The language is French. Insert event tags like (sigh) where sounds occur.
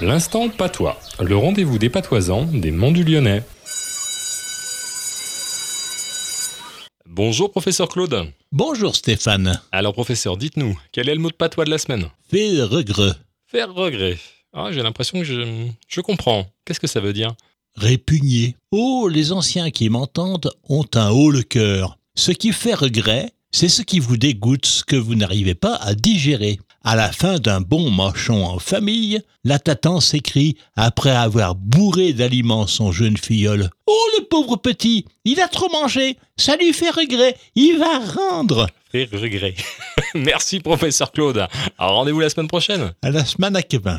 L'instant patois, le rendez-vous des patoisans des Monts du Lyonnais. Bonjour professeur Claude. Bonjour Stéphane. Alors professeur, dites-nous, quel est le mot de patois de la semaine Fais regret. Faire regret. Ah, j'ai l'impression que je, je comprends. Qu'est-ce que ça veut dire Répugner. Oh, les anciens qui m'entendent ont un haut le cœur. Ce qui fait regret, c'est ce qui vous dégoûte, ce que vous n'arrivez pas à digérer. À la fin d'un bon manchon en famille, la tatan s'écrie, après avoir bourré d'aliments son jeune filleul. Oh, le pauvre petit, il a trop mangé, ça lui fait regret, il va rendre. (laughs) Faire regret. Merci professeur Claude. Alors rendez-vous la semaine prochaine. À la semaine à Québec.